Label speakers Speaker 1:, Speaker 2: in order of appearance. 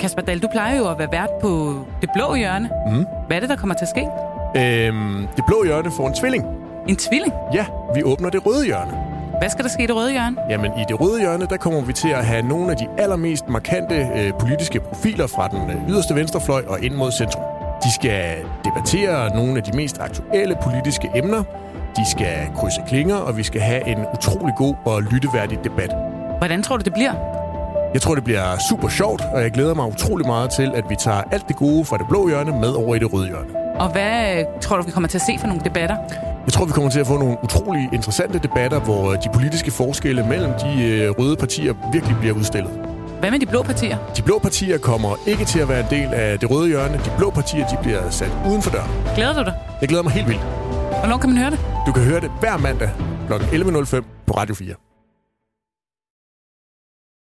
Speaker 1: Kasper Dahl, du plejer jo at være vært på det blå hjørne. Mm. Hvad er det, der kommer til at ske?
Speaker 2: Øhm, det blå hjørne får en tvilling.
Speaker 1: En tvilling?
Speaker 2: Ja, vi åbner det røde hjørne.
Speaker 1: Hvad skal der ske i det røde hjørne?
Speaker 2: Jamen, i det røde hjørne, der kommer vi til at have nogle af de allermest markante øh, politiske profiler fra den øh, yderste venstrefløj og ind mod centrum. De skal debattere nogle af de mest aktuelle politiske emner. De skal krydse klinger, og vi skal have en utrolig god og lytteværdig debat.
Speaker 1: Hvordan tror du, det bliver?
Speaker 2: Jeg tror, det bliver super sjovt, og jeg glæder mig utrolig meget til, at vi tager alt det gode fra det blå hjørne med over i det røde hjørne.
Speaker 1: Og hvad øh, tror du, vi kommer til at se for nogle debatter?
Speaker 2: Jeg tror, vi kommer til at få nogle utrolig interessante debatter, hvor øh, de politiske forskelle mellem de øh, røde partier virkelig bliver udstillet.
Speaker 1: Hvad med de blå partier?
Speaker 2: De blå partier kommer ikke til at være en del af det røde hjørne. De blå partier de bliver sat uden for døren.
Speaker 1: Glæder du dig?
Speaker 2: Jeg glæder mig helt vildt.
Speaker 1: Hvornår kan man høre det?
Speaker 2: Du kan høre det hver mandag kl. 11.05 på Radio 4.